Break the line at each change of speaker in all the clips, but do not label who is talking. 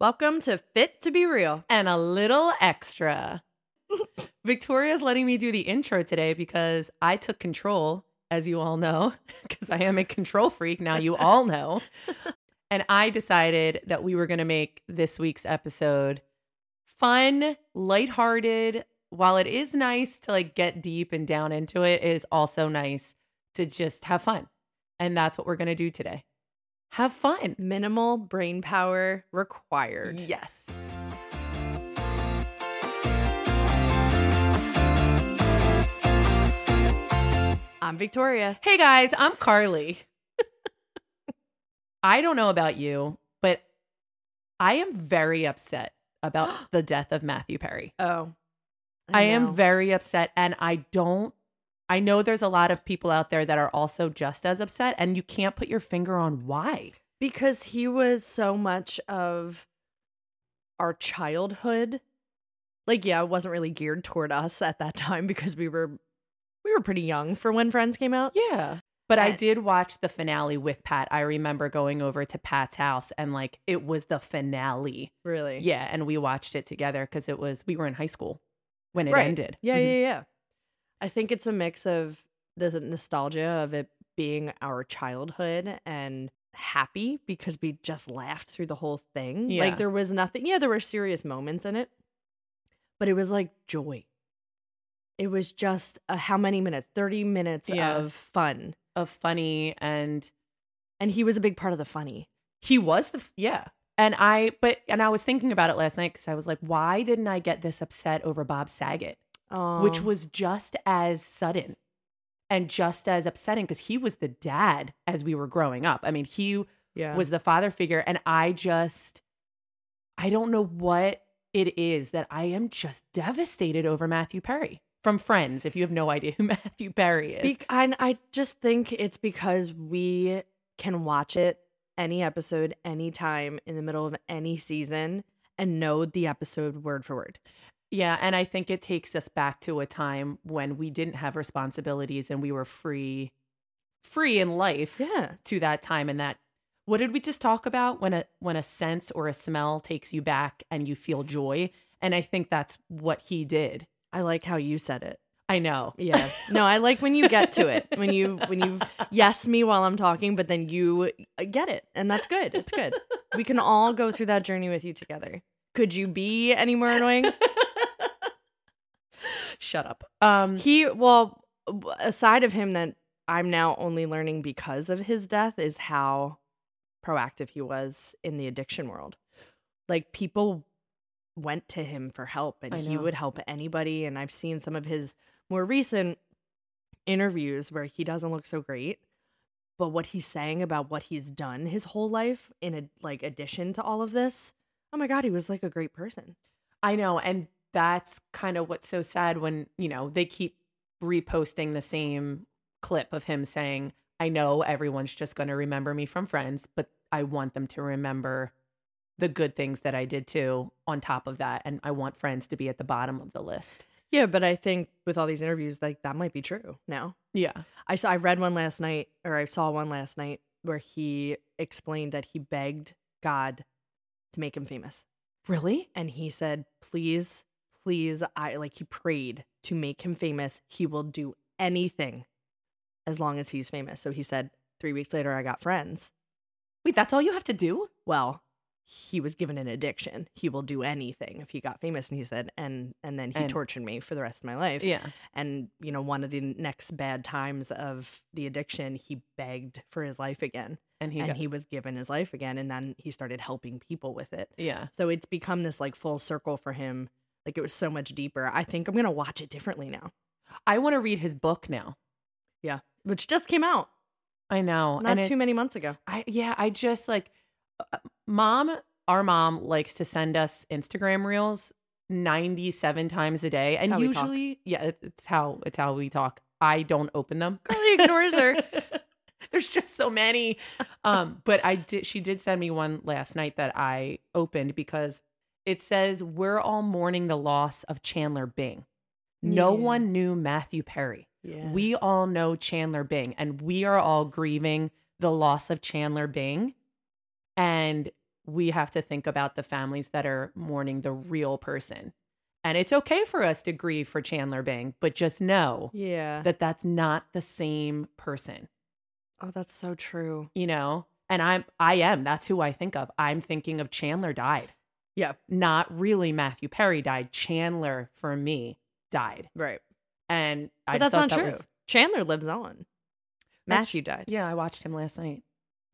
Welcome to Fit to Be Real and a little extra. Victoria's letting me do the intro today because I took control, as you all know, because I am a control freak. Now you all know. And I decided that we were going to make this week's episode fun, lighthearted. While it is nice to like get deep and down into it, it is also nice to just have fun. And that's what we're going to do today. Have fun.
Minimal brain power required.
Yes.
I'm Victoria.
Hey guys, I'm Carly. I don't know about you, but I am very upset about the death of Matthew Perry.
Oh.
I, am
know.
very upset and I don't I know there's a lot of people out there that are also just as upset and you can't put your finger on why.
because he was so much of our childhood. Like yeah, it wasn't really geared toward us at that time because we were we were pretty young for when Friends came out.
Yeah. But I
I-
did watch the finale with Pat. I remember going over to Pat's house and like it was the finale.
Really? Yeah.
Yeah, and we watched it together because it was we were in high school when it
Right.
ended.
Yeah,
Mhm.
yeah, yeah. I think it's a mix of the nostalgia of it being our childhood and happy because we just laughed through the whole thing.
Yeah.
Like there was nothing. Yeah, there were serious moments in it, but it was like joy. It was just uh how many minutes? 30 minutes
Yeah.
of fun.
Of funny and
And he was a big part of the funny.
He was the f- yeah. And I but and I was thinking about it last night because I was like, why didn't I get this upset over Bob Saget,
Oh,
which was just as sudden and just as upsetting because he was the dad as we were growing up. I mean, he
yeah.
was the father figure, and I just I don't know what it is that I am just devastated over Matthew Perry from Friends. If you have no idea who Matthew Perry is,
Bec- and I just think it's because we can watch it any episode, anytime in the middle of any season and know the episode word for word.
Yeah, and I think it takes us back to a time when we didn't have responsibilities and we were free free in life
Yeah.
to that time and that what did we just talk about when a when a sense or a smell takes you back and you feel joy and I think that's what he did.
I like how you said it.
I know.
Yeah. No, I like when you get to it. When you when you yes me while I'm talking, but then you uh, get it. And that's good. It's good. We can all go through that journey with you together. Could you be any more annoying?
Shut up. Um
He well, w- aside of him that I'm now only learning because of his death is how proactive he was in the addiction world. Like people went to him for help and
I
he
know.
would help anybody and I've seen some of his more recent interviews where he doesn't look so great but what he's saying about what he's done his whole life in a, like addition to all of this oh my god he was like a great person
I know. And that's kind of what's so sad when, you know, they keep reposting the same clip of him saying, I know everyone's just going to remember me from friends, but I want them to remember the good things that I did too on top of that. And I want friends to be at the bottom of the list.
yeah but i think with all these interviews like that might be true now
Yeah.
I saw I read one last night or I saw one last night where he explained that he begged God to make him famous.
Really?
And he said, "Please, please, I like he prayed to make him famous. He will do anything as long as he's famous." So he said, 3 weeks later I got friends.
Wait, that's all you have to do?
Well, he was given an addiction. He will do anything if he got famous and he said and and then he
And-
tortured me for the rest of my life
Yeah.
and you know one of the next bad times of the addiction he begged for his life again
And he,
and
got-
he was given his life again and then he started helping people with it
yeah.
so it's become this like full circle for him like it was so much deeper i think i'm gonna watch it differently now
I want to read his book now.
which just came out
I know.
not
and it-
too many months ago
I yeah, I just like uh, mom, our mom likes to send us Instagram reels 97 times a day and
how we talk.
usually yeah, it- it's how it's how we talk. I don't open them.
Carly ignores her.
There's just so many. Um but I did she did send me one last night that I opened because it says we're all mourning the loss of Chandler Bing. No
Yeah.
one knew Matthew Perry.
yeah
We all know Chandler Bing, and we are all grieving the loss of Chandler Bing. And we have to think about the families that are mourning the real person. And it's okay for us to grieve for Chandler Bing, but just know
Yeah.
that that's not the same person,
oh, that's so true.
you know? And I'm I am, that's who I think of. I'm thinking of Chandler died.
Yeah.
Not really Matthew Perry died. Chandler for me died.
Right.
And I
But that's
thought
not
that
true.
was
Chandler lives on.
That's-
Matthew died.
Yeah, I watched him last night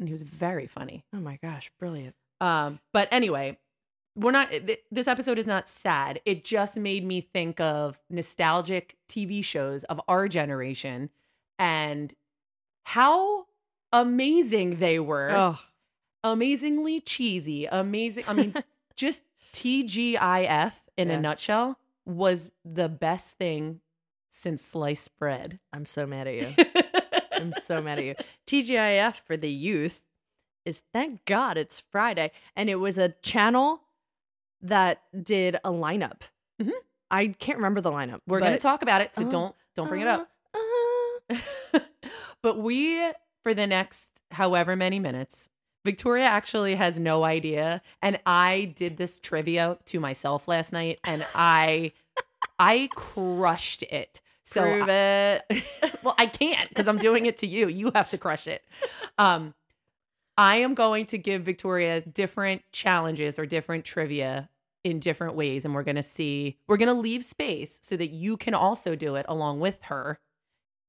and he was very funny.
Oh my gosh, brilliant.
Um, but anyway, we're not. Th- this episode is not sad. It just made me think of nostalgic TV shows of our generation and how amazing they were.
Oh,
Amazingly cheesy. Amazing. I mean, just TGIF in
Yeah.
a nutshell was the best thing since sliced bread.
I'm so mad at you. I'm so mad at you. TGIF for the youth is thank God it's Friday. And it was a channel that did a lineup.
Mhm.
I can't remember the lineup.
We're going
Mm-hmm.
to
but-
talk about it, so
Oh,
don't don't bring it up.
Uh, uh,
but we, for the next however many minutes, Victoria actually has no idea. And I did this trivia to myself last night and I I crushed it. So
prove
I-
it.
well, I can't because I'm doing it to you. You have to crush it. Um I am going to give Victoria different challenges or different trivia in different ways. And we're going to see, we're going to leave space so that you can also do it along with her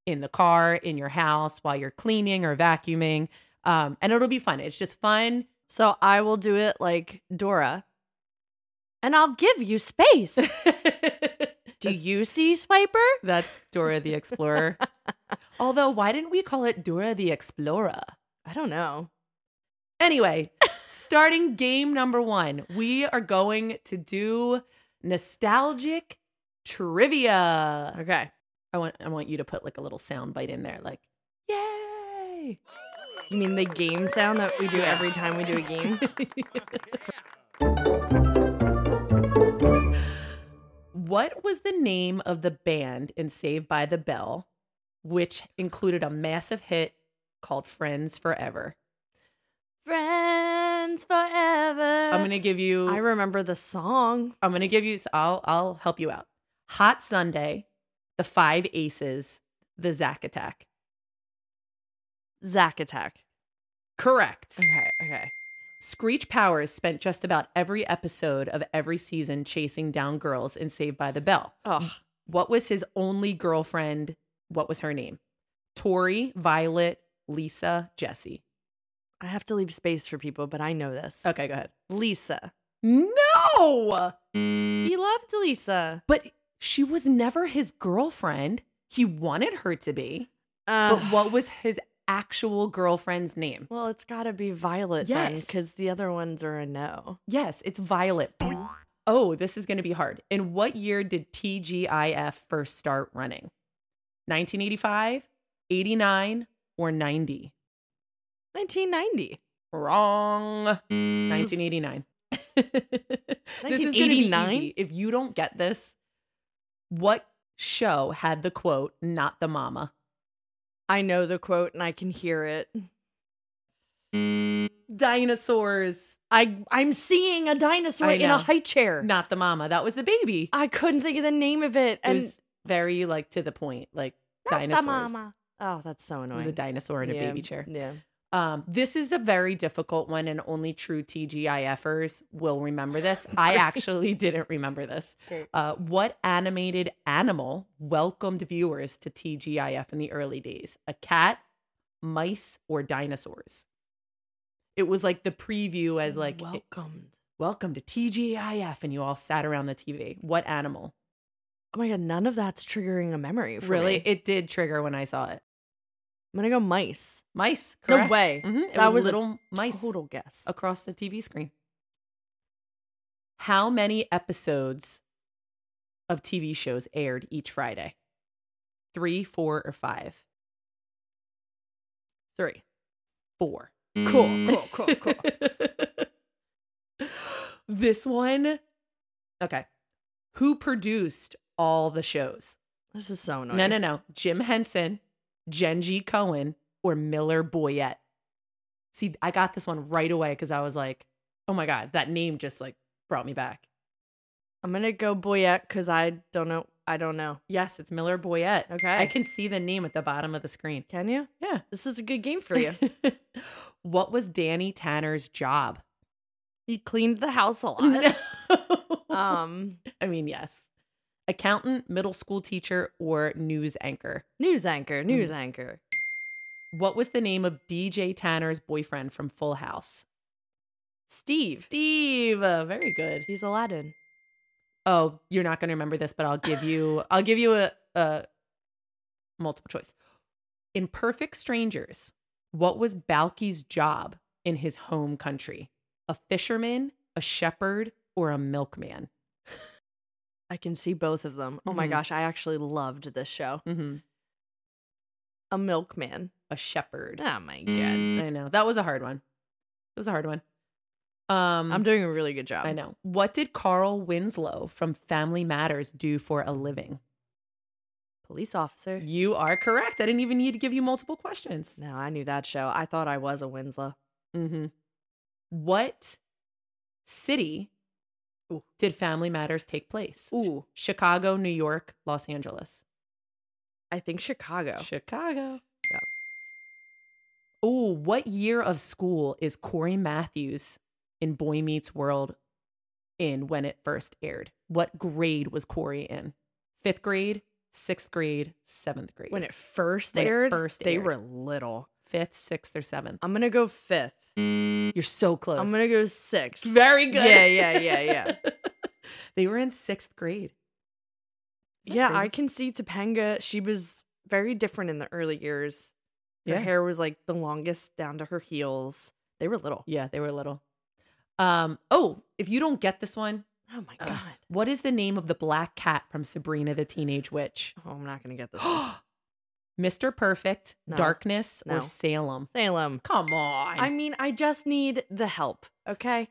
in the car, in your house, while you're cleaning or vacuuming. Um, and it'll be fun. It's just fun.
So I will do it like Dora. And I'll give you space. Do
That's-
you see Swiper?
That's Dora the Explorer. Although, why didn't we call it Dora the Explorer?
I don't know.
Anyway, starting game number one, we are going to do nostalgic trivia.
Okay.
I want I want you to put like a little sound bite in there, like yay.
You mean the game sound that we do every time we do a game?
what was the name of the band in Saved by the Bell, which included a massive hit called Friends Forever?
Friends forever.
I'm gonna give you.
I remember the song.
I'm gonna give you. So I'll I'll help you out. Hot Sunday, the Five Aces, the Zack Attack.
Zack Attack.
Correct.
Okay, okay.
Screech Powers spent just about every episode of every season chasing down girls in Saved by the Bell.
Oh,
What was his only girlfriend? What was her name? Tori, Violet, Lisa, Jesse.
I have to leave space for people, but I know this.
Okay, go ahead.
Lisa.
No, Mm.
He loved Lisa.
but she was never his girlfriend. He wanted her to be.
Uh,
But what was his actual girlfriend's name?
Well, it's got to be Violet then,
Yes.
because the other ones are a no.
Yes, it's Violet. Oh, this is going to be hard. In what year did TGIF first start running? 1985, 89, or 90?
1990.
Wrong. 1989. this is going to be
1989?
easy. If you don't get this, what show had the quote, not the mama?
I know the quote and I can hear it.
Dinosaurs,
I I'm seeing a dinosaur
I
in
know.
a high chair.
not the mama. That was the baby.
I couldn't think of the name of it.
It
And
was very like to the point, like
Not the
dinosaurs.
mama. Oh, that's so
It
annoying.
was a dinosaur in a
Yeah,
baby chair.
Yeah.
Um, this is a very difficult one, and only true TGIFers will remember this. I actually didn't remember this.
Great.
Uh, what animated animal welcomed viewers to TGIF in the early days? A cat, mice, or dinosaurs? It was like the preview as like it-
welcomed.
welcome to TGIF, and you all sat around the TV. What animal?
Oh my god, none of that's triggering a memory. For
Really,
me.
it did trigger when I saw it.
I'm gonna go mice.
Mice.
No
Correct.
way.
Mhm, It
That was
was,
a
little mice.
Total guess.
across the TV screen. How many episodes of TV shows aired each Friday? Three, four, or five?
Three.
Four.
Cool. Cool. Mm. Cool. Cool.
this one. Okay. Who produced all the shows?
this is so annoying.
No, no, no. Jim Henson, Genji Cohen, or Miller Boyette. See, I got this one right away because I was like, Oh my God, that name just like brought me back.
I'm gonna go Boyette because I don't know. I don't know.
Yes, it's Miller Boyette.
Okay.
I can see the name at the bottom of the screen.
Can you?
Yeah.
This is a good game for you.
what was Danny Tanner's job?
he cleaned the house a lot.
No.
um,
I mean, yes. Accountant, middle school teacher, or news anchor.
news anchor, news anchor.
What was the name of DJ Tanner's boyfriend from Full House?
Steve.
Steve. Uh, very good.
He's Aladdin.
Oh, you're not going to remember this, but I'll give you I'll give you a, a multiple choice. In Perfect Strangers, what was Balky's job in his home country? A fisherman, a shepherd, or a milkman?
I can see both of them. Oh my
Mhm.
gosh, I actually loved this show.
Mm-hmm.
A milkman.
A shepherd.
Oh my god.
I know. That was a hard one. It was a hard one. Um
Mm. I'm doing a really good job.
I know. What did Carl Winslow from Family Matters do for a living?
Police officer.
You are correct. I didn't even need to give you multiple questions.
No, I knew that show. I thought I was a Winslow.
Mm-hmm. What city
Ooh.
did Family Matters take place?
Ooh.
Chicago, New York, Los Angeles.
I think Chicago.
Chicago.
Yeah.
Oh, what year of school is Corey Matthews in Boy Meets World in when it first aired? What grade was Corey in? Fifth grade, sixth grade, seventh grade.
When it first
When it
aired,
first
they
aired.
were little.
Fifth, sixth, or seventh.
I'm gonna go fifth.
You're so close.
I'm gonna go sixth.
Very good.
Yeah, yeah, yeah, yeah.
they were in sixth grade. Isn't that
Yeah,
crazy?
I can see Topanga. She was very different in the early years. Her
Yeah.
hair was like the longest down to her heels. They were little.
Yeah, they were little. Um, oh, if you don't get this one,
Oh my
Ugh.
god.
what is the name of the black cat from Sabrina the Teenage Witch?
Oh, I'm not gonna get this. one.
Mr. Perfect,
No.
Darkness,
No.
or Salem?
Salem.
Come on.
I mean, I just need the help. Okay,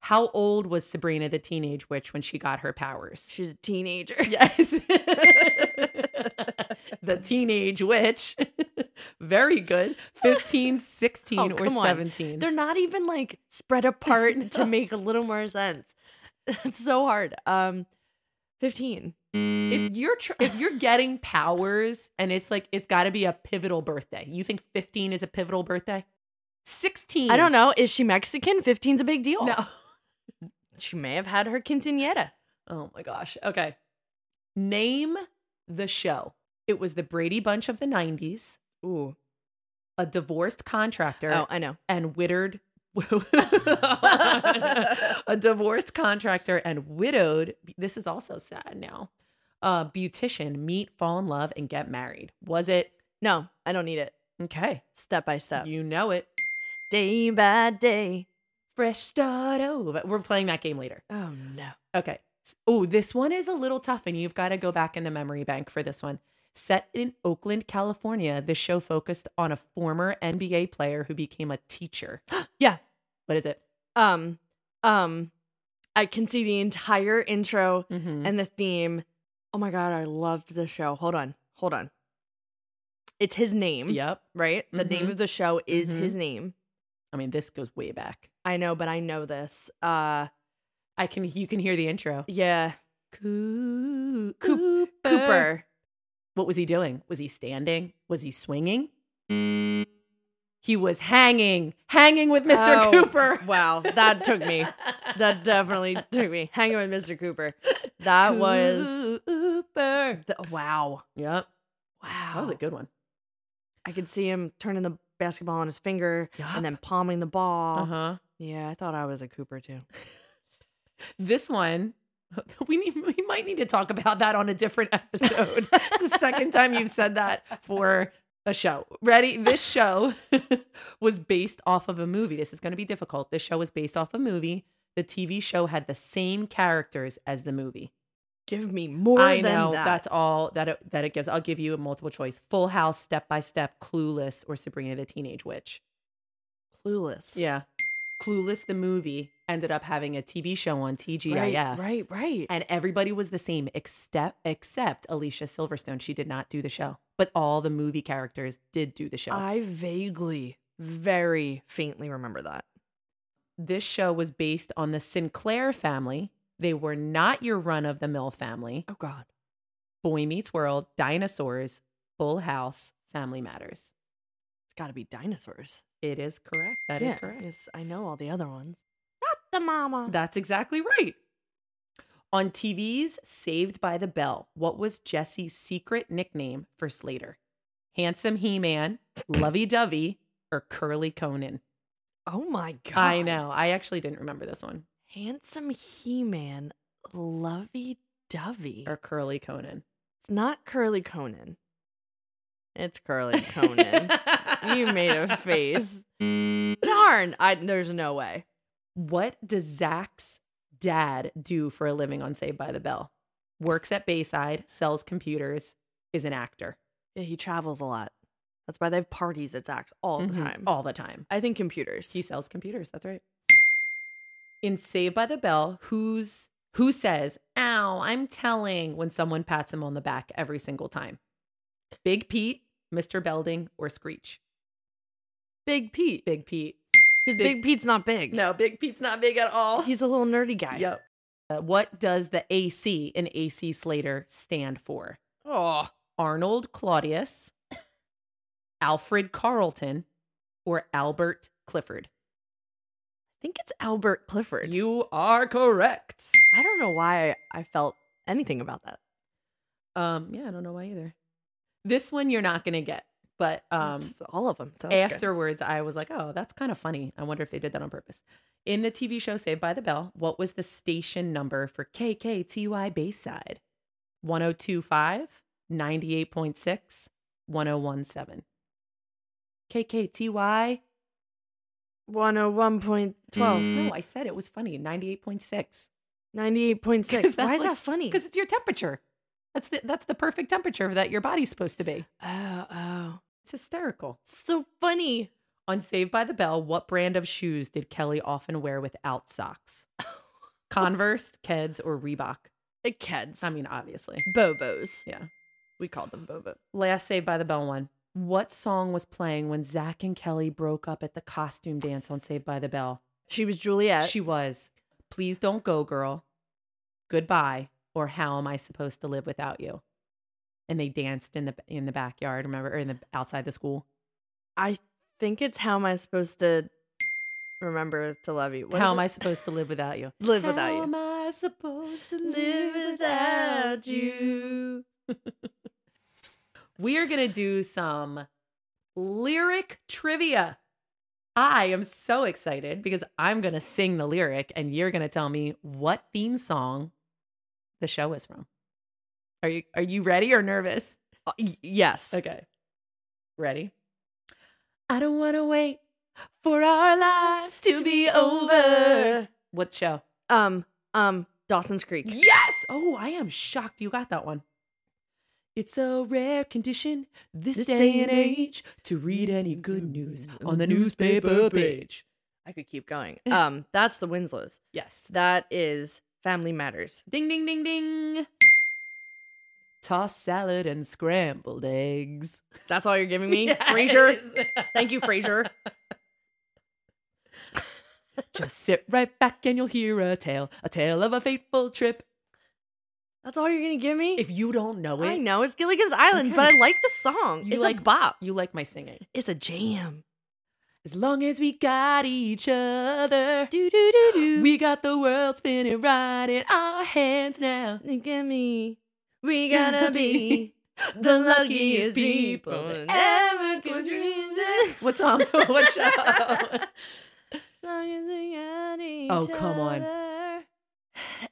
How old was Sabrina the Teenage Witch when she got her powers?
she's a teenager.
Yes. the Teenage Witch. Very good. 15, 16,
Oh,
or
come on.
17.
They're not even like spread apart to
No.
make a little more sense. It's so hard. Um, fifteen.
if you're tr- if you're getting powers and it's like it's got to be a pivotal birthday. You think 15 is a pivotal birthday? 16.
I don't know. Is she Mexican? 15's a big deal.
No.
She may have had her quinceanera.
Oh my gosh. Okay. Name the show. It was the Brady Bunch of the 90s,
Ooh.
a divorced contractor
Oh, I know.
and widowed a divorced contractor and widowed this is also sad now. Uh beautician meet, fall in love and get married. Was it
No, I don't need it.
Okay.
Step by step.
You know it.
Day by day.
Fresh start over. We're playing that game later.
Oh no.
Okay. Oh, this one is a little tough, and you've got to go back in the memory bank for this one. Set in Oakland, California, the show focused on a former NBA player who became a teacher.
Yeah.
What is it?
Um, um, I can see the entire intro
Mm-hmm.
and the theme. Oh my god, I loved the show. Hold on, hold on. It's his name,
Yep.
right? The name
Mhm.
of the show is
Mhm.
his name.
I mean, this goes way back.
I know, but I know this. Uh,
I can. You can hear the intro.
yeah,
Coo-
Coop-
Cooper.
Cooper.
What was he doing? Was he standing? Was he swinging? He was hanging, hanging with Mr.
Oh,
Cooper.
Wow, that took me. That definitely took me. Hanging with Mr. Cooper. That was
Cooper.
the, oh, wow,
Yep.
wow.
That was a good one.
I could see him turning the basketball on his finger
Yup.
and then palming the ball.
Uh-huh.
Yeah, I thought I was a Cooper too.
This one, we need we might need to talk about that on a different episode. it's the second time you've said that for a show. Ready? This show was based off of a movie. This is going to be difficult. This show was based off a movie. The TV show had the same characters as the movie.
Give me more
I
than
know
that.
that's all that it, that it gives. I'll give you a multiple choice: Full House, Step by Step, Clueless, or Sabrina the Teenage Witch.
clueless.
Yeah. Clueless the movie ended up having a TV show on
right,
TGIF.
right, right.
And everybody was the same except except Alicia Silverstone. She did not do the show. But all the movie characters did do the show.
I vaguely, very faintly remember that.
this show was based on the Sinclair family. They were not your run of the mill family.
Oh God.
Boy Meets World, Dinosaurs, Full House, Family Matters.
It's gotta be dinosaurs.
It is correct. That is
Yeah,
correct.
yes, I know all the other ones. Not the mama.
That's exactly right. On TV's Saved by the Bell, what was Jesse's secret nickname for Slater? Handsome He Man, Lovey Dovey, or Curly Conan?
oh my god.
I know. I actually didn't remember this one.
Handsome He Man, lovey dovey.
Or Curly Conan.
It's not Curly Conan. It's Curly Conan. you made a face. Darn. I, there's no way.
What does Zach's dad do for a living on Saved by the Bell? Works at Bayside, sells computers, is an actor
Yeah, he travels a lot. That's why they have parties at Zach's all the
Mhm.
time.
All the time.
I think computers.
He sells computers. That's right. In Saved by the Bell, who's who says, "Ow, I'm telling" when someone pats him on the back every single time? Big Pete, Mr. Belding, or Screech?
Big Pete.
Big Pete.
Because
big-
Big Pete's not big.
No, Big Pete's not big at all.
He's a little nerdy guy.
yep. Uh, what does the AC in AC Slater stand for?
Oh.
Arnold Claudius, Alfred Carleton, or Albert Clifford?
I think it's Albert Clifford.
You are correct.
I don't know why I felt anything about that.
Um, yeah, I don't know why either. This one you're not gonna get, but um,
It's all of them. So that's Oh, good.
afterwards I was like, oh, that's kind of funny. I wonder if they did that on purpose. In the TV show Saved by the Bell, what was the station number for KKTY Bayside? 1025, 98.6, 1017. KKTY.
101.12,
No, I said it was funny. 98.6. 'Cause
98.6.
that's
Why is
like-
that funny?
Because it's your temperature. That's the that's the perfect temperature that your body's supposed to be.
Oh, oh.
It's hysterical.
So funny.
On Saved by the Bell, what brand of shoes did Kelly often wear without socks? Converse, Keds, or Reebok?
Uh, Keds.
I mean, obviously.
Bobos.
Yeah.
We called them Bobos.
Last Saved by the Bell one. What song was playing when Zach and Kelly broke up at the costume dance on Saved by the Bell?
She was Juliet.
She was Please Don't Go Girl, Goodbye, or How Am I Supposed to Live Without You? And they danced in the in the backyard, remember, or in the outside the school.
I think it's how am I supposed to remember to love you? What
how
is
am
it?
I supposed to live without you?
live without
How
you?
am I supposed to live without you? We are going to do some lyric trivia. I am so excited because I'm going to sing the lyric and you're going to tell me what theme song the show is from. Are you are you ready or nervous?
Uh, y- yes.
Okay. Ready? I don't want to wait for our lives to be over. What show?
Um, um, Dawson's Creek.
Yes. Oh, I am shocked you got that one. It's a rare condition this, day and age Mm, to read any good news on the newspaper page.
I could keep going. Um, that's the Winslows.
Yes.
That is Family Matters.
Ding, ding, ding, ding. Toss salad and scrambled eggs.
That's all you're giving me?
Yes.
Frasier. Thank you, Frasier.
Just sit right back and you'll hear a tale, a tale of a fateful trip.
That's all you're gonna give me?
If you don't know
I
it,
know it's Gilligan's Island, but
Okay.
I like the song.
You
it's
like-
a bop.
you like my singing.
It's a jam.
As long as we got each other.
Do do do do.
We got the world spinning right in our hands now.
Look at me. We gotta be the luckiest people that ever could dream this.
What song? what show?
Long as we got each
Oh, come on.
other.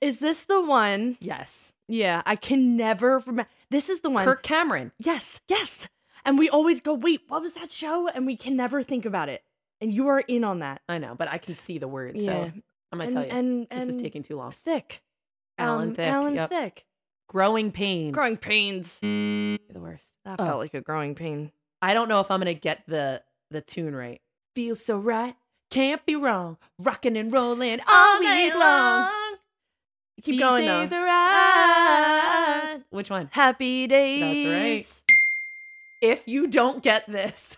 Is this the one?
yes.
Yeah, I can never remember. This is the one.
Kirk Cameron.
Yes, yes. And we always go, wait, what was that show? And we can never think about it. And you are in on that.
I know, but I can see the words,
Yeah.
so I'm gonna
and,
tell you.
And,
this is
and
taking too long.
Thick.
um, Alan
Um,
Thick.
Alan
yep.
Thick.
Growing pains.
Growing pains. That
the worst. Oh,
felt like a growing pain.
I don't know if I'm gonna get the the tune right. Feels so right. Can't be wrong. Rocking and rolling all week long.
Keep
These
going
days
though.
are ours.
Ours.
Which one?
Happy days.
If you don't get this,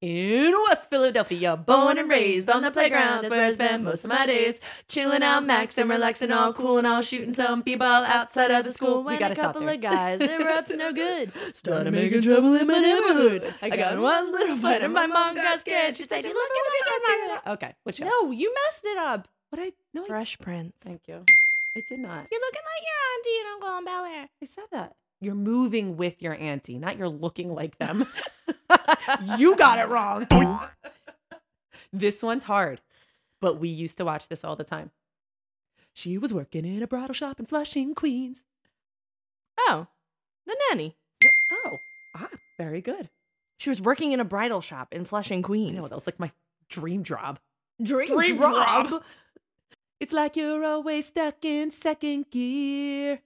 In West Philadelphia, born and raised on the playground, that's where I spend most of my days. Chilling out, max and relaxing, all cool and all shooting some people outside of the school.
When
we gotta
a couple
stop there.
of guys they were up to no good.
Started making trouble in my neighborhood. I got in one little fight and my mom got scared. She said, "You look at my mom." Okay, what you?
No, you messed it up.
What I? No, I.
Fresh Prince.
Thank you. I did not.
You're looking like your auntie and uncle on Bel Air.
I said that. You're moving with your auntie, not you're looking like them. you got it wrong. this one's hard, but we used to watch this all the time. She was working in a bridal shop in Flushing, Queens.
Oh, the nanny.
Oh, ah, very good.
She was working in a bridal shop in Flushing,
I
Queens.
know that was like my dream job.
Dream,
Dream
job.
job. It's like you're always stuck in second gear.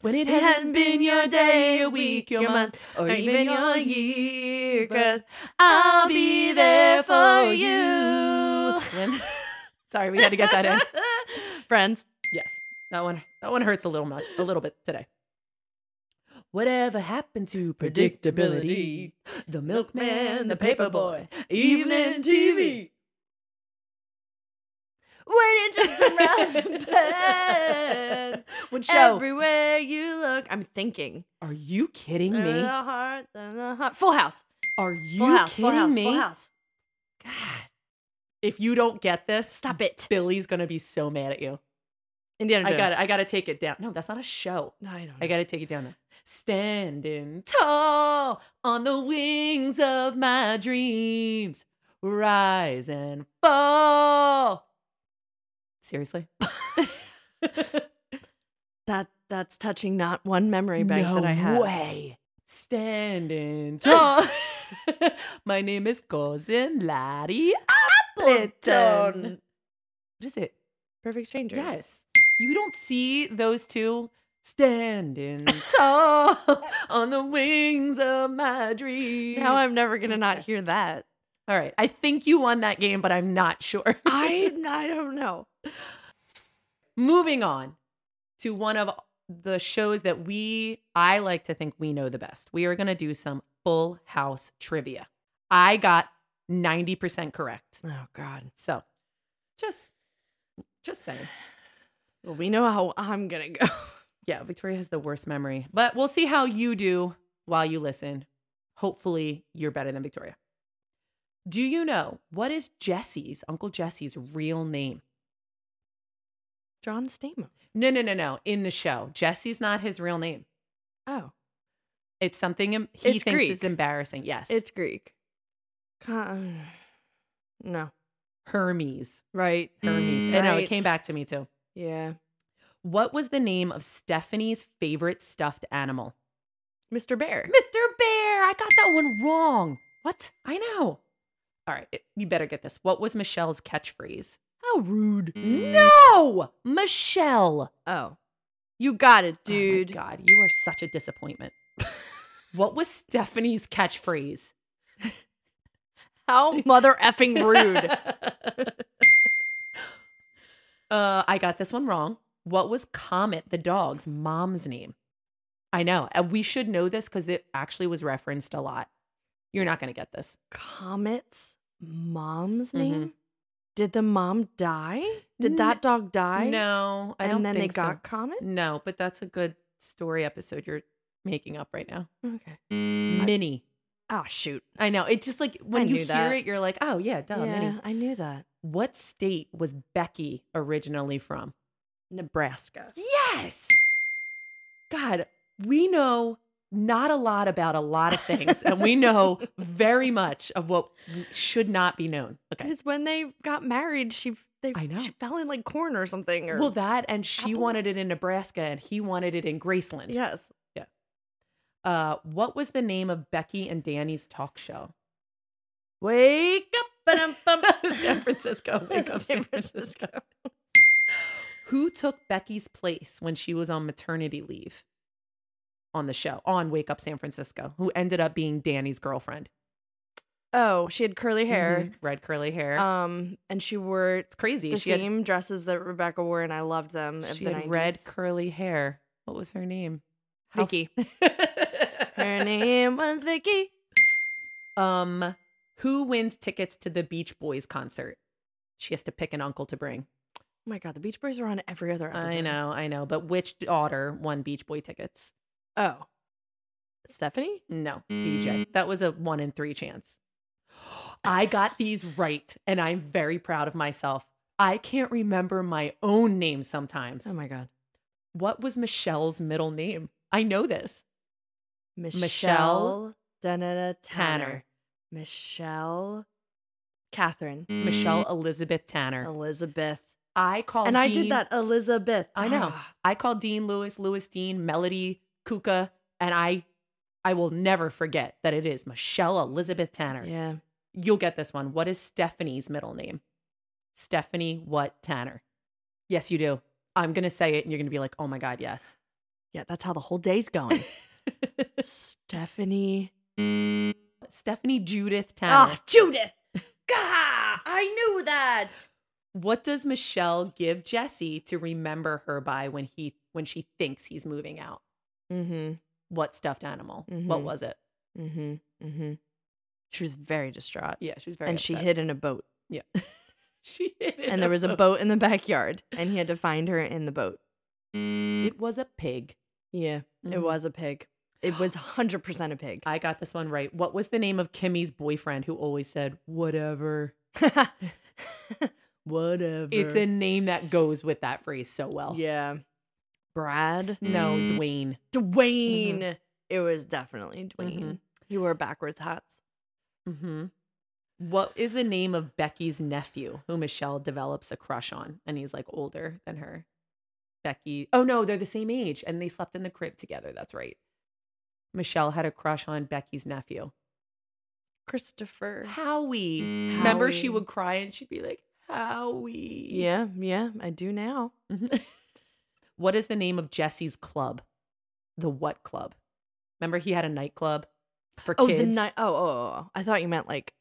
When it, hasn't been your day, your week, your, month, or even your year, cause I'll be there for you. When- Sorry, we had to get that in.
Friends.
Yes, that one. That one hurts a little much, a little bit today. Whatever happened to predictability? The milkman, the paperboy, evening TV.
When it just around the bend.
What show?
Everywhere you look. I'm thinking.
Are you kidding
Through
me?
The heart, through the heart. Full house.
Are
Uh, Full
you
house. full
kidding
house. Full
me?
house.
If you don't get this, stop.
Stop it.
Billy's gonna be so mad at you.
Indiana
I
Jones.
got. to I got to take it down. No, that's not a show.
No, I don't.
I got to take it down. Though. Standing tall on the wings of my dreams, rise and fall. Seriously?
That that's touching not one memory bank
no
that I have.
way. Standing tall. my name is Cousin Lottie Appleton.
Appleton.
What is it?
Perfect strangers.
Yes. You don't see those two standing tall on the wings of my dreams.
Now I'm never gonna not
Okay.
hear that.
All right. I think you won that game, but I'm not sure.
I I don't know.
Moving on to one of the shows that we I like to think we know the best. We are going to do some full house trivia. I got 90% correct.
Oh God.
So, just just saying.
Well, we know how I'm gonna go.
Yeah, Victoria has the worst memory, but we'll see how you do while you listen. Hopefully, you're better than Victoria. Do you know what is Jesse's, Uncle Jesse's real name?
John Stamos.
No, no, no, no. In the show, Jesse's not his real name.
Oh,
It's something em- he
It's
thinks
Greek.
is embarrassing. Yes.
it's Greek. Con- no.
Hermes.
Right.
Hermes. I know it
Right.
came back to me too.
Yeah.
What was the name of Stephanie's favorite stuffed animal?
Mr. Bear.
Mr. Bear. I got that one wrong.
What?
I know. All right, it- you better get this. What was Michelle's catchphrase?
How rude.
No, Michelle.
Oh. You got it,
Dude,
dude.
God, you are such a disappointment. what was Stephanie's catchphrase?
How mother effing rude.
uh, I got this one wrong. What was Comet the dog's mom's name? I know. And we should know this because it actually was referenced a lot. You're not going to get this.
Comet's mom's
Mhm.
name? Did the mom die? Did
N-
that dog die?
no, I
and
don't
then
think
they
so.
got Comet?
No, but that's a good story episode you're making up right now.
Okay.
Minnie.
Oh, shoot.
I know. It's just like when you
Mm, knew
hear
that.
it, you're like, oh, yeah, duh,
yeah,
Minnie.
I knew that.
What state was Becky originally from?
Nebraska.
Yes. God, we know not a lot about a lot of things, and we know very much of what should not be known. Okay.
Because when they got married, she they
I know.
she fell in like corn or something. Or
Well, that and she
Apples?
wanted it in Nebraska, and he wanted it in Graceland.
yes,
Uh, what was the name of Becky and Danny's talk show?
wake up, ba-dum-bum.
San Francisco. Wake up, San
San
Francisco. Who took Becky's place when she was on maternity leave on the show on Wake Up San Francisco? Who ended up being Danny's girlfriend?
Oh, she had curly hair.
Mhm. red curly hair.
Um, and she wore
it's crazy.
the
she had
same dresses that Rebecca wore, and I loved them. of
she
the
had red
90s.
curly hair. What was her name?
Vicky. Her name was Vicky.
um, Who wins tickets to the Beach Boys concert? She has to pick an uncle to bring.
Oh my god, the Beach Boys are on every other episode.
I know, I know. But which daughter won Beach Boy tickets?
Oh. Stephanie?
No, DJ. That was a one in three chance. I got these right, and I'm very proud of myself. I can't remember my own name sometimes.
Oh my god.
What was Michelle's middle name? I know this.
Michelle Tanner.
Tanner.
Tanner. Michelle Catherine.
Michelle Elizabeth Tanner.
Elizabeth.
I call
and I did
Dean-
that Elizabeth.
I know.
Ah,
I call Dean Lewis, Lewis Dean, Melody, Kuka, and I I will never forget that it is Michelle Elizabeth Tanner.
Yeah.
You'll get this one. What is Stephanie's middle name? Stephanie what Tanner? Yes, you do. I'm going to say it and you're going to be like, "Oh my god, yes."
Yeah, that's how the whole day's going. Stephanie.
Stephanie Judith Tanner.
Ah, Judith. Gah, I knew that.
What does Michelle give Jesse to remember her by when he when she thinks he's moving out?
Mm-hmm.
What stuffed animal? What
Mhm.
was it?
Mm-hmm. Mm-hmm. She was very distraught.
Yeah, she was very
And she
upset.
hid in a boat.
she hid in
And there was a
boat.
boat in the backyard. And he had to find her in the boat.
It was a pig.
Yeah. It
Mhm.
was a pig. It was 100% a pig.
I got this one right. What was the name of Kimmy's boyfriend who always said, whatever?
Whatever.
It's a name that goes with that phrase so well.
Yeah. Brad.
No, Dwayne.
Mm-hmm. Dwayne. It was definitely Dwayne.
Mhm.
He wore backwards hats.
Mm-hmm. What is the name of Becky's nephew who Michelle develops a crush on? And he's like older than her. Becky. Oh, no, they're the same age and they slept in the crib together. That's right. Michelle had a crush on Becky's nephew.
Christopher.
Howie. Remember, she
Howie.
would cry and she'd be like, Howie.
Yeah, yeah, I do now.
Mhm. what is the name of Jesse's club? The what club? Remember, he had a nightclub for
Oh,
kids.
the night. Oh, oh, oh, I thought you meant like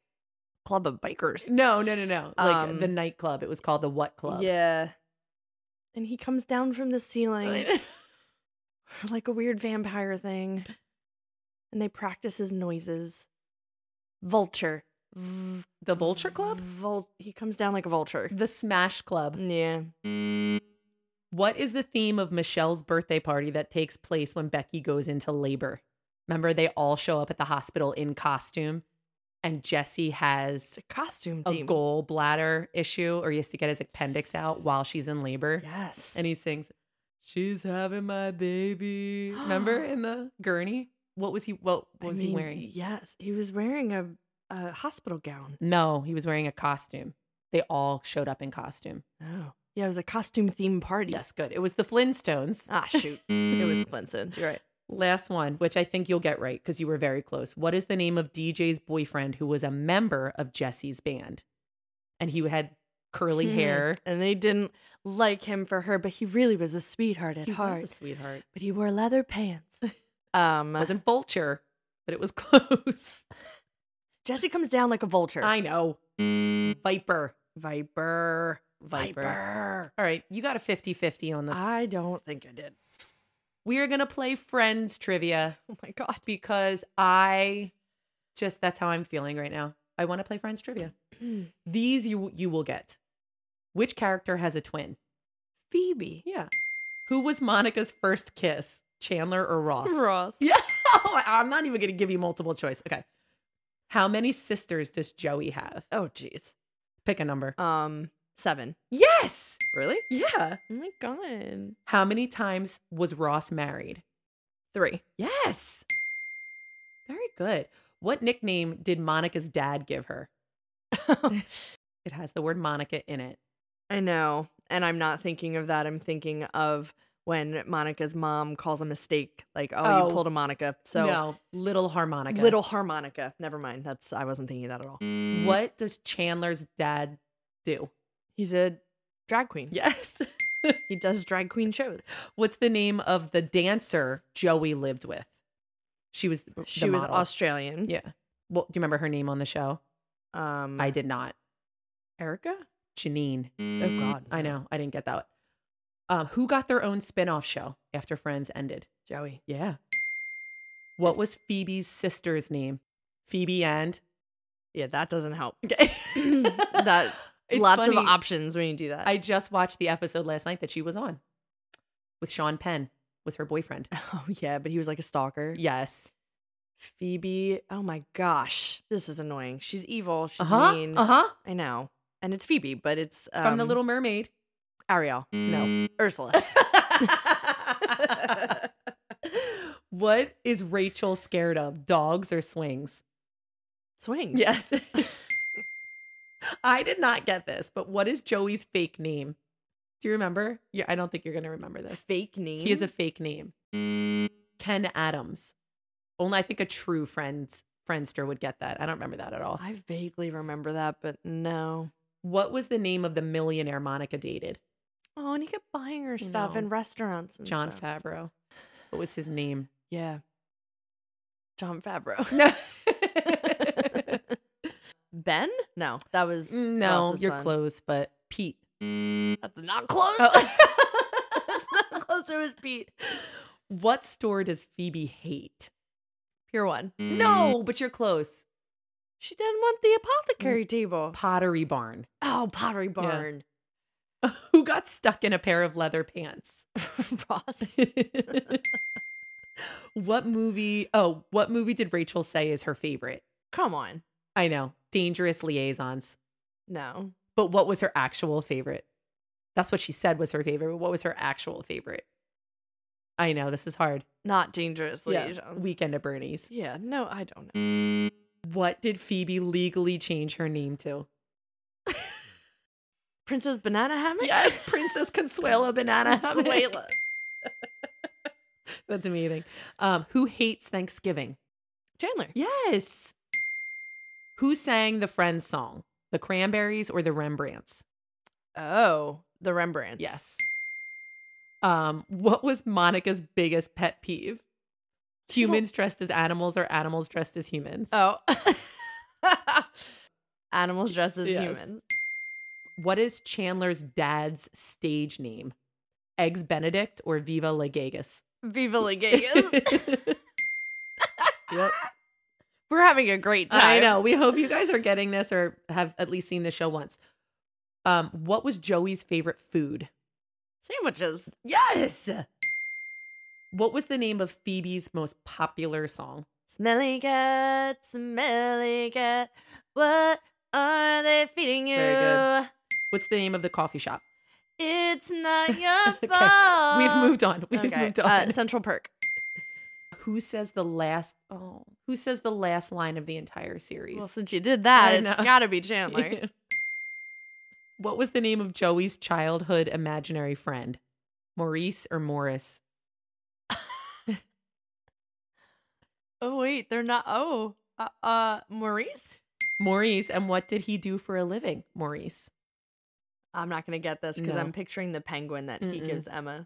club of bikers.
No, no, no, no. Like
Um,
the nightclub. It was called the what club?
Yeah. And he comes down from the ceiling
Like-
like a weird vampire thing, and they practice his noises. Vulture. V-
the vulture club?
Vul- he comes down like a vulture.
The smash club.
Yeah.
What is the theme of Michelle's birthday party that takes place when Becky goes into labor? Remember, they all show up at the hospital in costume, and Jesse has
It's a costume
a
theme.
gallbladder issue, or he has to get his appendix out while she's in labor.
Yes.
and he sings she's having my baby remember in the gurney what was he what,
I
was he
mean,
wearing
Yes. He was wearing a, a hospital gown.
no he was wearing a costume they all showed up in costume
Oh. Yeah, it was a costume themed party.
yes good it was the flintstones
Ah, shoot. it was Flintstones. You're right.
last one which i think you'll get right because you were very close what is the name of dj's boyfriend who was a member of jesse's band and he had curly
Hmm.
hair
And they didn't like him for her, but he really was a sweetheart at
he
heart.
was a sweetheart
but he wore leather pants. Um,
wasn't vulture but it was close
Jesse comes down like a vulture.
i know viper
Viper.
viper. All right, you got a 50 50 on the.
I don't think I did.
we are going to play friends trivia
Oh my god.
because I just, that's how I'm feeling right now. I want to play friends trivia. These you you will get. Which character has a twin?
Phoebe.
Yeah. Who was Monica's first kiss? Chandler or Ross?
Ross.
Yeah. Oh, I- I'm not even going to give you multiple choice. Okay. How many sisters does Joey have?
Oh jeez.
Pick a number.
Um, seven.
Yes.
Really?
Yeah.
Oh my god.
How many times was Ross married?
Three.
Yes. Very good. What nickname did Monica's dad give her? It has the word Monica in it.
I know. And I'm not thinking of that. I'm thinking of when Monica's mom calls a mistake, like, oh,
Oh.
you pulled a Monica. So
no, little harmonica.
little harmonica. Never mind. That's I wasn't thinking of that at all.
What does Chandler's dad do?
He's a drag queen.
Yes.
He does drag queen shows.
What's the name of the dancer Joey lived with? She was the
She was
model.
Australian.
Yeah. Well, do you remember her name on the show?
Um
I did not.
Erica?
Janine.
Oh god.
I know. I didn't get that. Um, who got their own spin-off show after Friends ended?
Joey.
Yeah. What was Phoebe's sister's name? Phoebe and
Yeah, that doesn't help.
Okay.
that
It's
lots
funny.
of options when you do that.
I just watched the episode last night that she was on with Sean Penn, was her boyfriend.
oh yeah, but he was like a stalker.
Yes.
Phoebe. Oh my gosh, this is annoying. She's evil. She's
Uh huh.
mean.
Uh huh.
I know. And it's Phoebe, but it's um,
From The Little Mermaid.
Ariel. No, Ursula.
what is Rachel scared of? Dogs or swings?
Swings.
Yes. I did not get this, but what is Joey's fake name? Do you remember? Yeah, I don't think you're going to remember this.
Fake name.
He has a fake name. Ken Adams. Only I think a true friends friendster would get that. I don't remember that at all.
I vaguely remember that, but no.
What was the name of the millionaire Monica dated?
Oh, and he kept buying her stuff
know.
in restaurants. And
John
stuff.
Favreau. What was his name?
Yeah. John Favreau.
No.
Ben? No, that was
no,
Ross's
you're
son.
close, but Pete.
That's not close. That's not close. It was Pete.
what store does Phoebe hate?
Pure one.
No, but you're close.
She didn't want the apothecary table.
Pottery Barn.
Mm. Oh, Pottery Barn.
Who got stuck in a pair of leather pants?
Ross.
what movie? Oh, what movie did Rachel say is her favorite?
Come on.
I know, Dangerous Liaisons.
No.
But what was her actual favorite? That's what she said was her favorite. But what was her actual favorite? I know this is hard.
Not dangerous
Yeah,
liaison.
Weekend at Bernie's.
Yeah, no, I don't know.
What did Phoebe legally change her name to?
Princess Banana Hammock?
Yes, Princess Consuela Banana. Hammock.
Suela.
That's amazing. Um, who hates Thanksgiving?
Chandler.
Yes. Who sang the Friends song? The Cranberries or the Rembrandts?
Oh, the Rembrandts.
Yes. Um, what was Monica's biggest pet peeve?
She don't-
Humans dressed as animals or animals dressed as humans?
Oh. Animals dressed as
Yes.
humans.
What is Chandler's dad's stage name? Eggs Benedict or Viva La Gagas?
Viva La Vegas.
Yep.
We're having a great time.
I know. We hope you guys are getting this or have at least seen the show once. Um, what was Joey's favorite food?
Sandwiches.
Yes. What was the name of Phoebe's most popular song?
Smelly cat, smelly cat. What are they feeding you?
Very good. What's the name of the coffee shop?
It's not your
Okay,
fault.
We've moved on. We've
Okay,
moved on.
uh, Central Perk.
who says the last? Oh, who says the last line of the entire series?
Well, since you did that,
I
it's
know.
got to be Chandler.
what was the name of Joey's childhood imaginary friend? Maurice or Morris?
oh wait, they're not. Oh, uh, uh Maurice.
Maurice. And what did he do for a living? Maurice.
I'm not gonna get this because
No.
I'm picturing the penguin that he
Mm-mm.
gives Emma.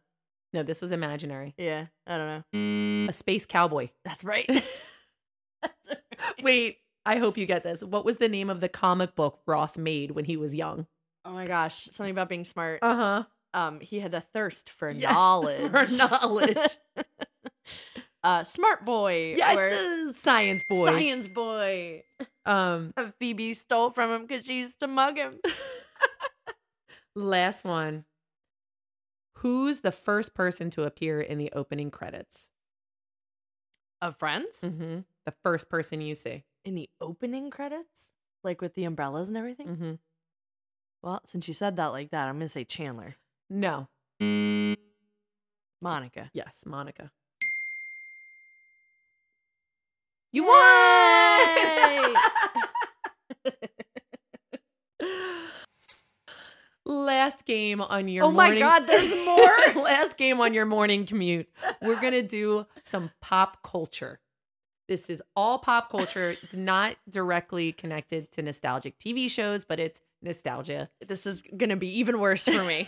No, this was imaginary.
Yeah, I don't know.
A space cowboy.
That's right. That's right.
Wait, I hope you get this. What was the name of the comic book Ross made when he was young?
Oh my gosh, something about being smart.
Uh huh.
Um, he had a thirst for
Yeah,
knowledge.
For knowledge.
uh, smart boy. or
yes, uh, science boy.
Science boy.
Um,
Phoebe stole from him because she used to mug him.
last one. Who's the first person to appear in the opening credits?
Of friends?
Mm-hmm. The first person you see.
In the opening credits? Like with the umbrellas and everything?
Mm-hmm.
Well, since you said that like that, I'm going to say Chandler.
No.
Monica.
Yes, Monica. You won! Last game on your
Oh my
morning-
God, there's more?
Last game on your morning commute. We're gonna do some pop culture. This is all pop culture. It's not directly connected to nostalgic TV shows, but it's nostalgia.
This is going to be even worse for me.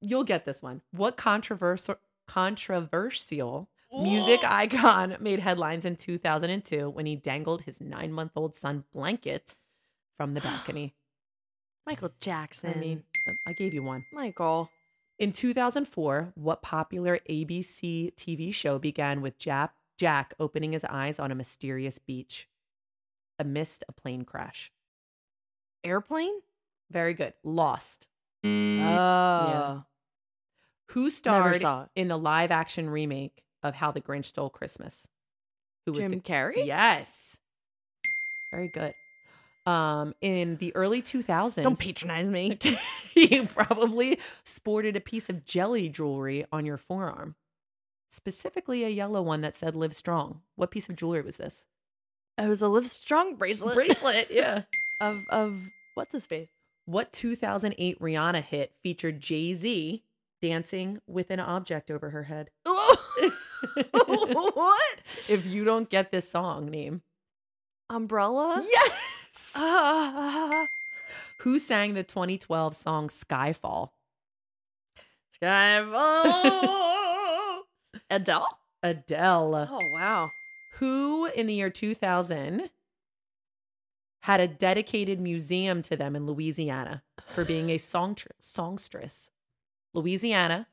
You'll get this one. What controversial controversial music icon made headlines in 2002 when he dangled his 9-month-old son Blanket from the balcony?
Michael Jackson.
I mean, I gave you one.
Michael.
In 2004, what popular ABC TV show began with Jap- Jack opening his eyes on a mysterious beach? amidst a plane crash.
Airplane?
Very good. Lost. Oh.
Oh.
Who
Never
starred
saw it.
in the live action remake of How the Grinch Stole Christmas? Who was
Jim
the
Carrey?
Yes. Very good. Um, in the early 2000s,
Don't patronize me.
you probably sported a piece of jelly jewelry on your forearm, specifically a yellow one that said "Live Strong." What piece of jewelry was this?
It was a Live Strong bracelet.
Bracelet. Yeah.
of, of what's his face?
What 2008 Rihanna hit featured Jay Z dancing with an object over her head?
what?
if you don't get this song name,
Umbrella?
yes.
Uh. Ah.
Who sang the 2012 song "Skyfall"?
Skyfall. Adele?
Adele.
Oh, wow.
who in the year 2000 had a dedicated museum to them in Louisiana for being a songtr- songstress. Louisiana,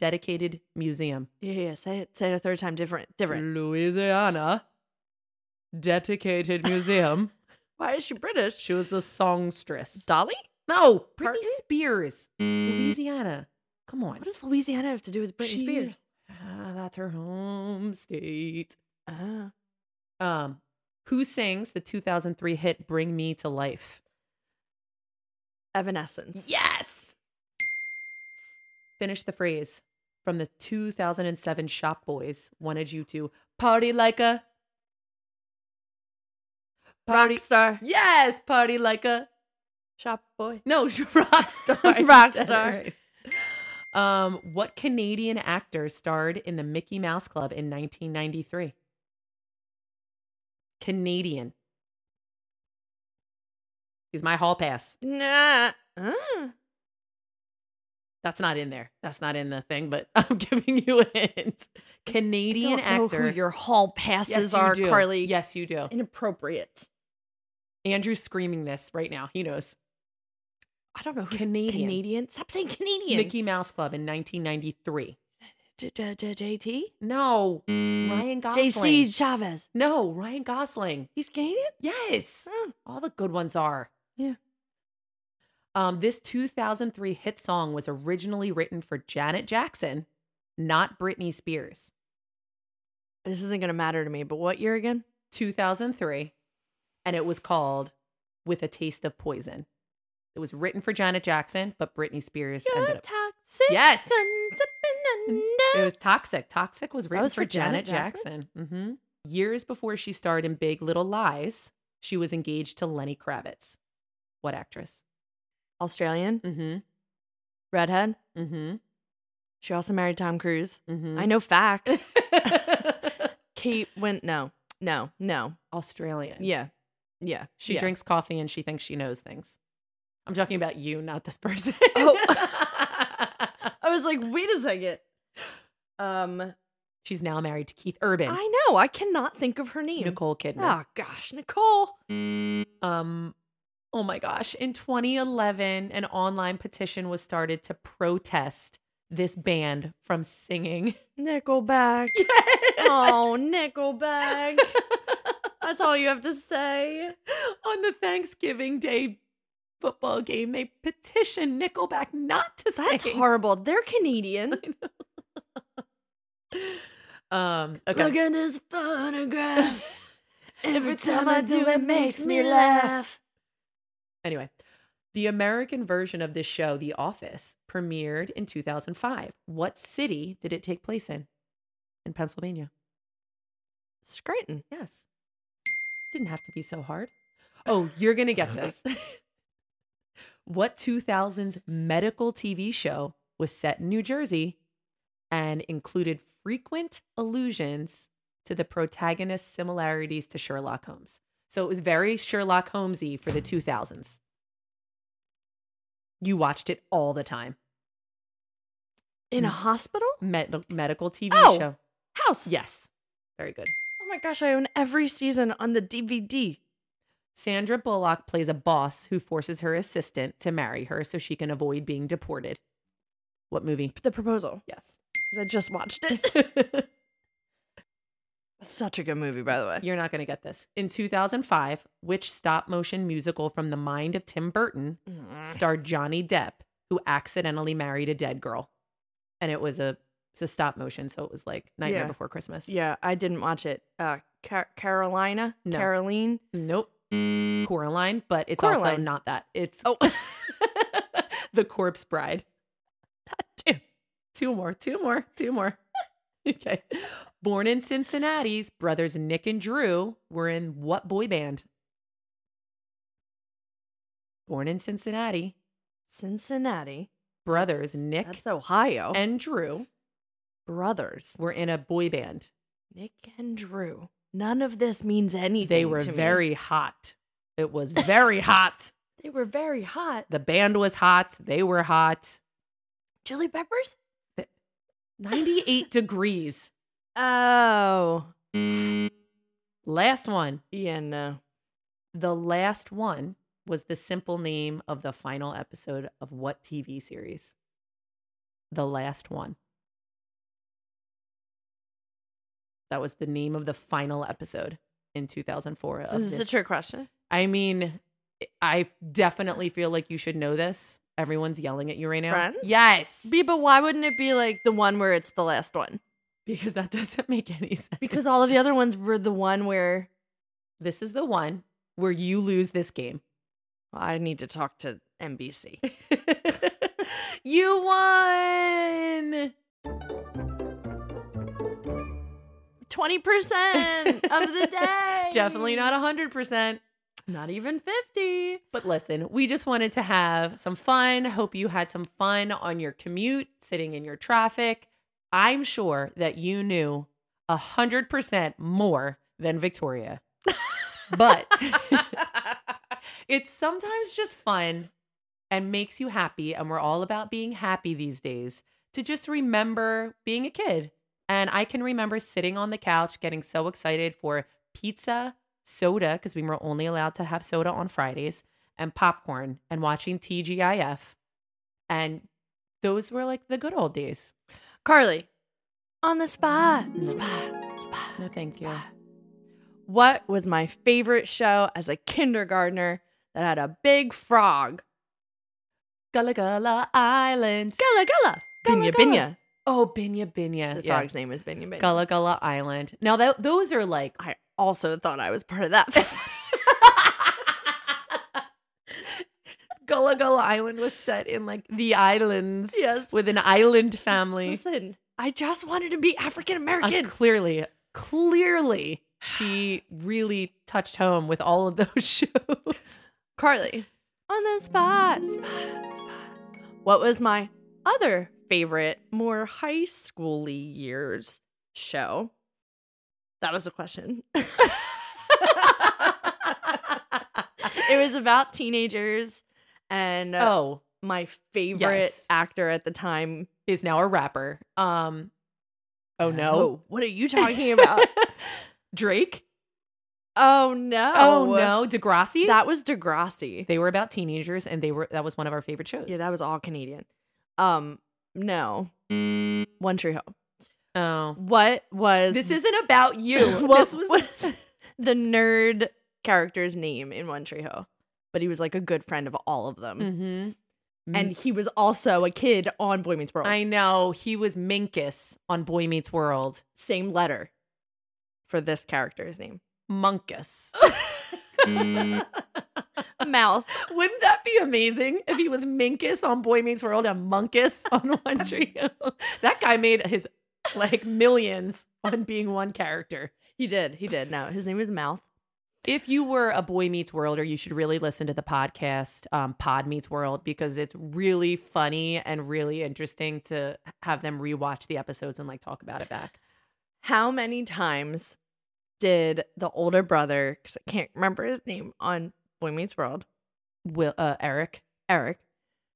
dedicated museum.
Yeah, yeah, say it. Say it a third time. Different.
Mm.
Different.
Louisiana, dedicated museum.
Why is she British?
she was the songstress.
Dolly?
No, Britney
Pardon?
Spears, Louisiana. Come on.
What does Louisiana have to do with Britney
She-
Spears?
Ah, that's her home state.
Ah.
Um, who sings the 2003 hit "Bring Me to Life"?
Evanescence.
Yes. Finish the phrase from the 2007 Shop Boys wanted you to party like a party.
Rockstar.
Yes, party like a
Shop boy.
no rock star. I
Rock
said it
star.
right. Um, what Canadian actor starred in the Mickey Mouse Club in 1993? Canadian. Is my hall pass.
Nah. Ah.
That's not in there. That's not in the thing, but I'm giving you a hint. Canadian
don't know
actor.
who your hall passes are,
do.
Carly.
Yes, you do.
It's inappropriate.
Andrew's screaming this right now. He knows.
I don't know who's
Canadian.
Canadian. Stop saying Canadian.
Mickey Mouse Club in 1993.
J- J- J- JT?
No, Ryan Gosling.
JC Chavez.
No, Ryan Gosling.
He's Canadian?
Yes.
Oh.
All the good ones are.
Yeah.
Um, this 2003 hit song was originally written for Janet Jackson, not Britney Spears.
This isn't going to matter to me, but what year again?
2003, and it was called With a Taste of Poison. It was written for Janet Jackson, but Britney Spears ended up.
toxic.
Yes.
sun's up and
It
under.
was Toxic. Toxic was written
was
for, Janet, Jackson. hmm Years before she starred in Big Little Lies, she was engaged to Lenny Kravitz. What actress?
Australian,
Mm
redhead.
hmm. Mm
She also married Tom Cruise.
hmm. Mm
I know facts.
hmm.
Kate went, no, no, no.
Australian.
Yeah. Yeah.
She
yeah.
drinks coffee and she thinks she knows things. I'm talking about you, not this person.
Oh. I was like, wait a second. Um,
She's now married to Keith Urban.
I know. I cannot think of her name.
Nicole Kidman.
Oh, gosh, Nicole.
Um, oh my gosh. In 2011, an online petition was started to protest this band from singing.
Nickelback. oh, Nickelback. That's all you have to say.
On the Thanksgiving Day football game, they petitioned Nickelback not to
That's
sing.
horrible. They're Canadian.
Um, okay.
Look at this photograph. Every time I do, it makes me laugh.
Anyway, the American version of this show, The Office, premiered in 2005. What city did it take place in? In Pennsylvania.
Scranton.
Yes. Didn't have to be so hard. Oh, you're going to get this. what 2000s medical TV show was set in New Jersey and included frequent allusions to the protagonist's similarities to Sherlock Holmes? So it was very Sherlock Holmesy for the 2000s. You watched it all the time.
In a
Mm.
hospital?
Med- medical TV
Oh.
show.
House.
Yes. Very good.
Oh my gosh, I own every season on the DVD.
Sandra Bullock plays a boss who forces her assistant to marry her so she can avoid being deported. What movie?
The proposal.
Yes.
Because I just watched it. Such a good movie, by the way.
You're not going to get this. In 2005, which stop motion musical from the mind of Tim Burton
Ah. Mm.
starred Johnny Depp, who accidentally married a dead girl? And it was a it's a stop motion, so it was like Nightmare
Yeah.
Before Christmas.
Yeah, I didn't watch it. Uh, Car- Carolina,
No.
Caroline.
Nope. Coraline, but it's also
Coraline.
not that. It's
Oh.
The Corpse Bride.
too.
Two more, two more, two more. okay. Born in Cincinnati's brothers Nick and Drew were in what boy band? Born in Cincinnati,
Cincinnati.
brothers Nick
That's Ohio.
and Drew
brothers,
were in a boy band.
Nick and Drew. None of this means anything.
They were
to me.
very hot. It was very hot.
They were very hot.
The band was hot. They were hot.
Chili peppers.
98 degrees.
Oh,
Last one.
yeah, no.
The last one was the simple name of the final episode of what TV series? The last one. That was the name of the final episode in 2004. Of
this is a trick question.
I mean, I definitely feel like you should know this. Everyone's yelling at you right now.
Friends?
Yes.
B, but why wouldn't it be like the one where it's the last one?
because that doesn't make any sense.
Because all of the other ones were the one where
this is the one where you lose this game.
I need to talk to NBC.
you won.
20% of the day.
Definitely not 100%.
Not even 50.
But listen, we just wanted to have some fun. Hope you had some fun on your commute, sitting in your traffic. I'm sure that you knew 100% more than Victoria. but it's sometimes just fun and makes you happy. And we're all about being happy these days to just remember being a kid. And I can remember sitting on the couch getting so excited for pizza, soda, because we were only allowed to have soda on Fridays, and popcorn and watching TGIF. And those were like the good old days.
Carly, on the spot. Spot. Spot.
No, thank you.
What was my favorite show as a kindergartner that had a big frog?
Gullah Gullah Island.
Gullah Gullah.
Gullah
Binya Binya.
Oh, Binya Binya.
The
yeah.
frog's name is Binya Binya.
Gullah Gullah Island. Now, that, those are like
I also thought I was part of that.
Gullah Gullah Island was set in like the islands.
Yes.
With an island family.
Listen, I just wanted to be African
Uh,
American.
clearly, clearly, she really touched home with all of those shows.
Carly, on the spot, spot, spot. What was my other favorite, more high schooly years show? That was a question.
uh,
it was about teenagers, and uh,
oh,
my favorite
Yes.
actor at the time.
is now a rapper. Um, oh no,
Oh, what are you talking about?
Drake.
oh no!
Oh, no, Degrassi.
That was Degrassi.
they were about teenagers, and they were that was one of our favorite shows.
Yeah, that was all Canadian. Um, no. One Tree Hill.
oh,
What was
This isn't about you.
What
this was
was the nerd character's name in One Tree Hill? But he was like a good friend of all of them,
Mhm.
and he was also a kid on Boy Meets World.
I know he was Minkus on Boy Meets World.
Same letter for this character's name.
Munkus.
Mouth.
Wouldn't that be amazing if he was Minkus on Boy Meets World and Munkus on One Tree Hill? That guy made his like millions on being one character.
He did. He did. No, his name is Mouth.
If you were a Boy Meets World, or you should really listen to the podcast um, Pod Meets World because it's really funny and really interesting to have them rewatch the episodes and like talk about it back.
How many times did the older brother, because I can't remember his name on Boy Meets World,
Will uh, Eric.
Eric,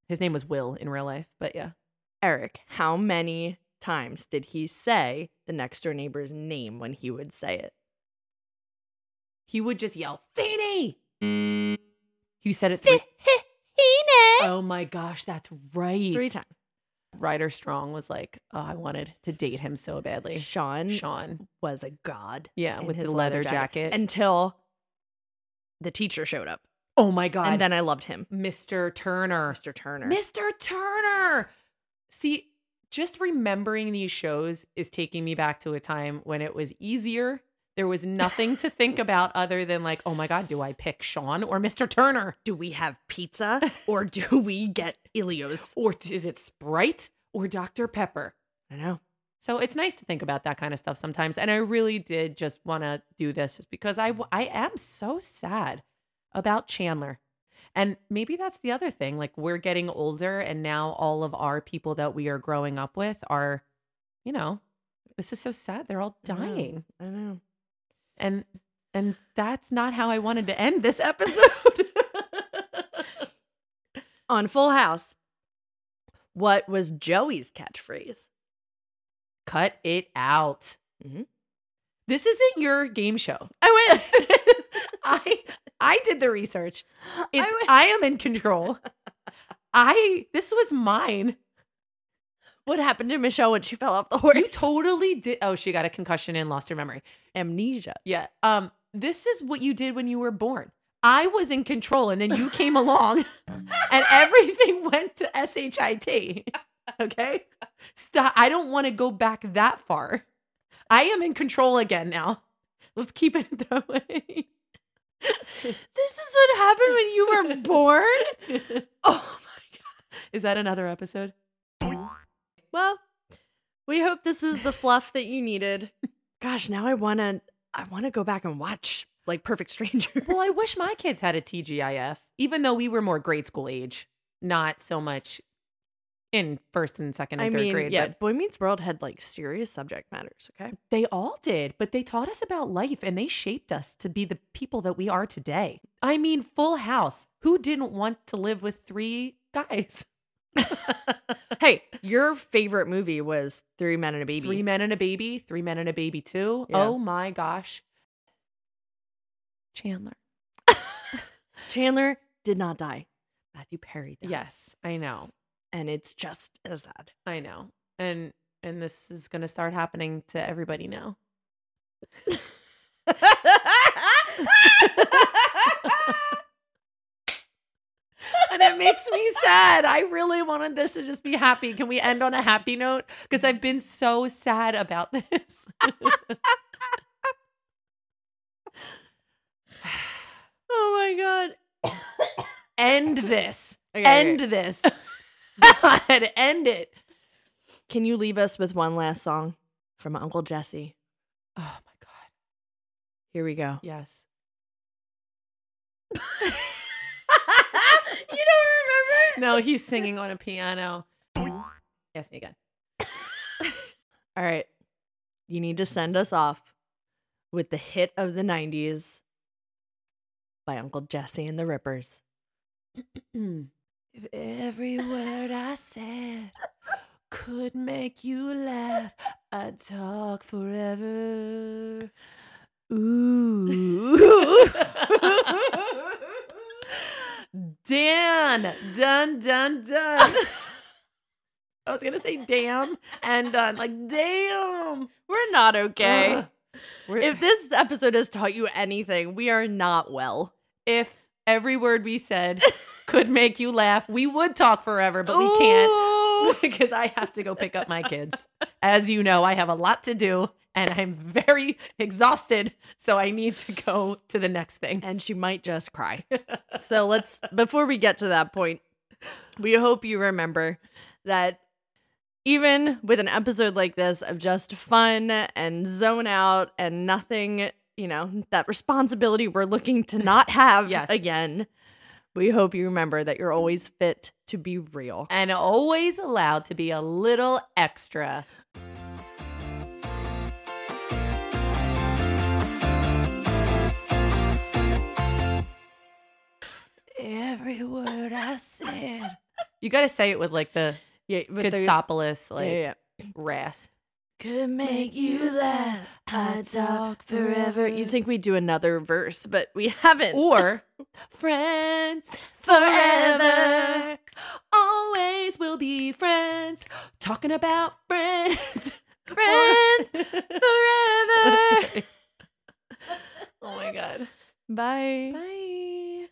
His name was Will in real life, but yeah.
Eric, how many times did he say the next door neighbor's name when he would say it?
He would just yell, Feeney! He said it three.
Fifteen.
Oh my gosh, that's right.
Three times.
Ryder Strong was like, oh, I wanted to date him so badly.
Sean
Sean.
was a god
Yeah,
in
with
his
the leather, jacket.
until the teacher showed up,
oh my God.
and then I loved him,
Mr. Turner.
Mr. Turner.
Mr. Turner. See, just remembering these shows is taking me back to a time when it was easier. There was nothing to think about other than like, oh my God, do I pick Sean or Mr. Turner?
do we have pizza or do we get Ilios?
Or t- is it Sprite or Dr. Pepper?
I know.
So it's nice to think about that kind of stuff sometimes. And I really did just want to do this just because I, w- I am so sad about Chandler. And maybe that's the other thing. Like we're getting older, and now all of our people that we are growing up with are, you know, this is so sad. They're all
I know.
dying.
I know.
And and that's not how I wanted to end this episode.
On Full House, what was Joey's catchphrase?
Cut it out.
Mhm.
This isn't your game show.
I win.
I I did the research. It's
I
I,
would-
am in control. I this was mine.
what happened to Michelle when she fell off the horse?
You totally did. Oh, she got a concussion and lost her memory.
amnesia.
Yeah. Um. This is what you did when you were born. I was in control, and then you came along, and everything went to shit. Okay. Stop. I don't want to go back that far. I am in control again now. Let's keep it that way.
This is what happened when you were born.
oh my god. Is that another episode?
Well, we hope this was the fluff that you needed. Gosh, now I wanna I wanna go back and watch like Perfect Stranger.
Well, I wish my kids had a TGIF, even though we were more grade school age, not so much in first and second and
I
third
mean,
grade.
yeah,
But
Boy Meets World had like serious subject matters. Okay,
they all did, but they taught us about life and they shaped us to be the people that we are today. I mean, Full House. Who didn't want to live with three guys?
hey, your favorite movie was Three Men and a Baby.
Three men and a baby, three men and a baby too.
Yeah.
Oh my gosh. Chandler.
Chandler did not die. Matthew Perry died.
Yes, I know.
and it's just as sad.
I know. And and this is going to start happening to everybody now. and it makes me sad. I really wanted this to just be happy. Can we end on a happy note? Because I've been so sad about this.
Oh my god.
End this.
Okay, okay.
End this. God, end it.
Can you leave us with one last song from Uncle Jesse?
Oh my God.
Here we go.
Yes.
you don't
No, he's singing on a piano. Yes, me again.
All right. You need to send us off with the hit of the 90s by Uncle Jesse and the Rippers.
if every word I said could make you laugh, I'd talk forever.
Ooh.
Dan, dun, dun, dun. I was gonna say damn and done, like damn.
We're not okay.
Ugh. We're-
If this episode has taught you anything, we are not well.
if every word we said could make you laugh, we would talk forever, but we can't
Oh.
because I have to go pick up my kids. As you know, I have a lot to do and I'm very exhausted, so I need to go to the next thing.
and she might just cry. so let's before we get to that point, we hope you remember that even with an episode like this of just fun and zone out and nothing, you know, that responsibility we're looking to not have
Yes.
again. We hope you remember that you're always fit to be real.
And always allowed to be a little extra. Every word I said. You gotta say it with like the
Yeah, but there-
Kitsopoulos
yeah,
like
yeah, yeah.
rasp.
Could
make you laugh. I'd talk forever.
You think we do another verse, but we haven't.
or friends forever. always will be friends. Talking about friends.
Friends forever.
Sorry. oh my god.
Bye.
Bye.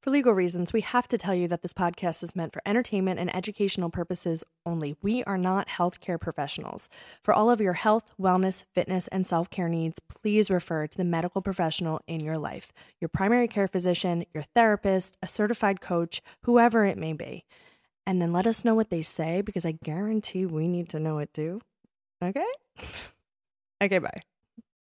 For legal reasons, we have to tell you that this podcast is meant for entertainment and educational purposes only. We are not healthcare professionals. For all of your health, wellness, fitness, and self care needs, please refer to the medical professional in your life your primary care physician, your therapist, a certified coach, whoever it may be. And then let us know what they say because I guarantee we need to know it too. Okay? okay, bye.